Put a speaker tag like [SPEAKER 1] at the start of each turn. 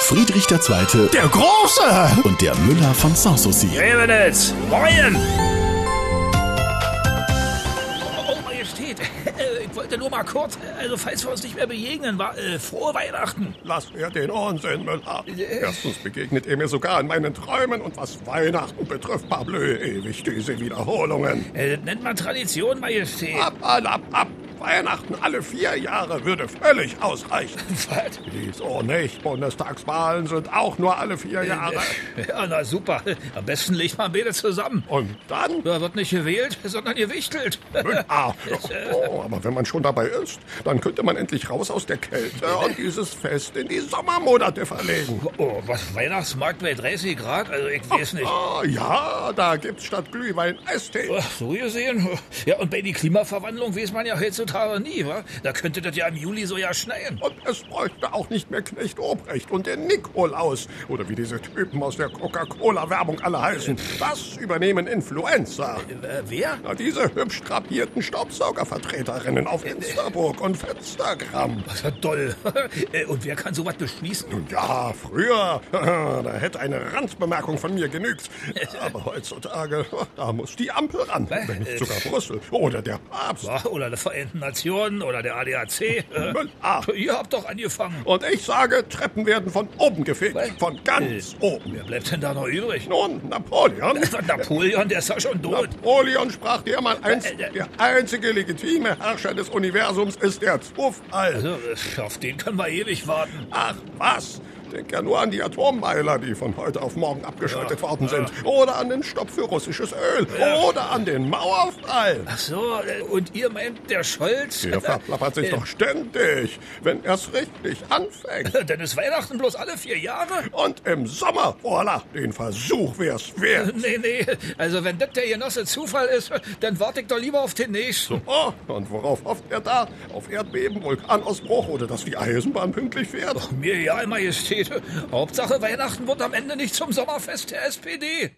[SPEAKER 1] Friedrich II.
[SPEAKER 2] Der Große!
[SPEAKER 1] und der Müller von Sanssouci.
[SPEAKER 2] Revenitz! Moin! Oh, Majestät, äh, ich wollte nur mal kurz, also falls wir uns nicht mehr begegnen, war, äh, frohe Weihnachten.
[SPEAKER 3] Lass mir den Unsinn, Müller. Erstens begegnet ihr mir sogar in meinen Träumen und was Weihnachten betrifft, Pablo, ewig diese Wiederholungen.
[SPEAKER 2] Äh, das nennt man Tradition, Majestät.
[SPEAKER 3] Ab, ab, ab, ab. Weihnachten alle vier Jahre würde völlig ausreichen.
[SPEAKER 2] Was?
[SPEAKER 3] Wieso nicht? Bundestagswahlen sind auch nur alle vier
[SPEAKER 2] Äh,
[SPEAKER 3] Jahre.
[SPEAKER 2] Ja, na super. Am besten legt man beide zusammen.
[SPEAKER 3] Und dann?
[SPEAKER 2] Da wird nicht gewählt, sondern gewichtelt.
[SPEAKER 3] Ah, oh, aber wenn man schon dabei ist, dann könnte man endlich raus aus der Kälte und dieses Fest in die Sommermonate verlegen.
[SPEAKER 2] Oh, was Weihnachtsmarkt bei 30 Grad? Also ich weiß nicht. Oh.
[SPEAKER 3] Ah, ja, da gibt's statt Glühwein Eistee.
[SPEAKER 2] Ach, so gesehen. Ja, und bei der Klimaverwandlung weiß man ja heutzutage nie, wa? Da könnte das ja im Juli so ja schneien.
[SPEAKER 3] Und es bräuchte auch nicht mehr Knecht Obrecht und den Nikolaus. Oder wie diese Typen aus der Coca-Cola-Werbung alle heißen. Das übernehmen Influencer.
[SPEAKER 2] Äh, wer?
[SPEAKER 3] Na, diese hübsch drapierten Staubsaugervertreterinnen auf Instaburg und Instagram.
[SPEAKER 2] Das war toll. Äh, und wer kann sowas beschließen?
[SPEAKER 3] Nun ja, früher, da hätte eine Randbemerkung von mir genügt. Aber heutzutage, da muss die Ampel ran. Wenn nicht sogar Brüssel oder der Papst.
[SPEAKER 2] Wa? Oder der Vereinten Nationen oder der ADAC. Äh,
[SPEAKER 3] Müll. Ah, Oh.
[SPEAKER 2] ihr habt doch angefangen.
[SPEAKER 3] Und ich sage, Treppen werden von oben gefegt.
[SPEAKER 2] Was?
[SPEAKER 3] Von ganz oben.
[SPEAKER 2] Wer bleibt denn da noch übrig?
[SPEAKER 3] Nun, Napoleon.
[SPEAKER 2] Der Napoleon, der ist ja schon tot.
[SPEAKER 3] Napoleon sprach dermal einst,
[SPEAKER 2] Äh, äh,
[SPEAKER 3] der einzige legitime Herrscher des Universums ist der Zufall.
[SPEAKER 2] Also, äh, auf den können wir ewig warten.
[SPEAKER 3] Ach was, denk ja nur an die Atommeiler, die von heute auf morgen abgeschaltet worden sind. Oder an den Stopp für russisches Öl. Oder an den Mauerfall.
[SPEAKER 2] Ach so, äh, und ihr meint, der Scholz? Äh,
[SPEAKER 3] Der verplappert sich doch ständig, wenn er's richtig anfängt.
[SPEAKER 2] Denn äh, ist Weihnachten bloß alle vier Jahre?
[SPEAKER 3] Und im Sommer, voilà, den Versuch wär's wert.
[SPEAKER 2] Nee, nee. Also, wenn das der Genosse Zufall ist, dann warte ich doch lieber auf den nächsten.
[SPEAKER 3] Oh, und worauf hofft er da? Auf Erdbeben, Vulkanausbruch oder dass die Eisenbahn pünktlich
[SPEAKER 2] Oh
[SPEAKER 3] fährt?
[SPEAKER 2] Mir ja, Majestät. Hauptsache, Weihnachten wird am Ende nicht zum Sommerfest der SPD.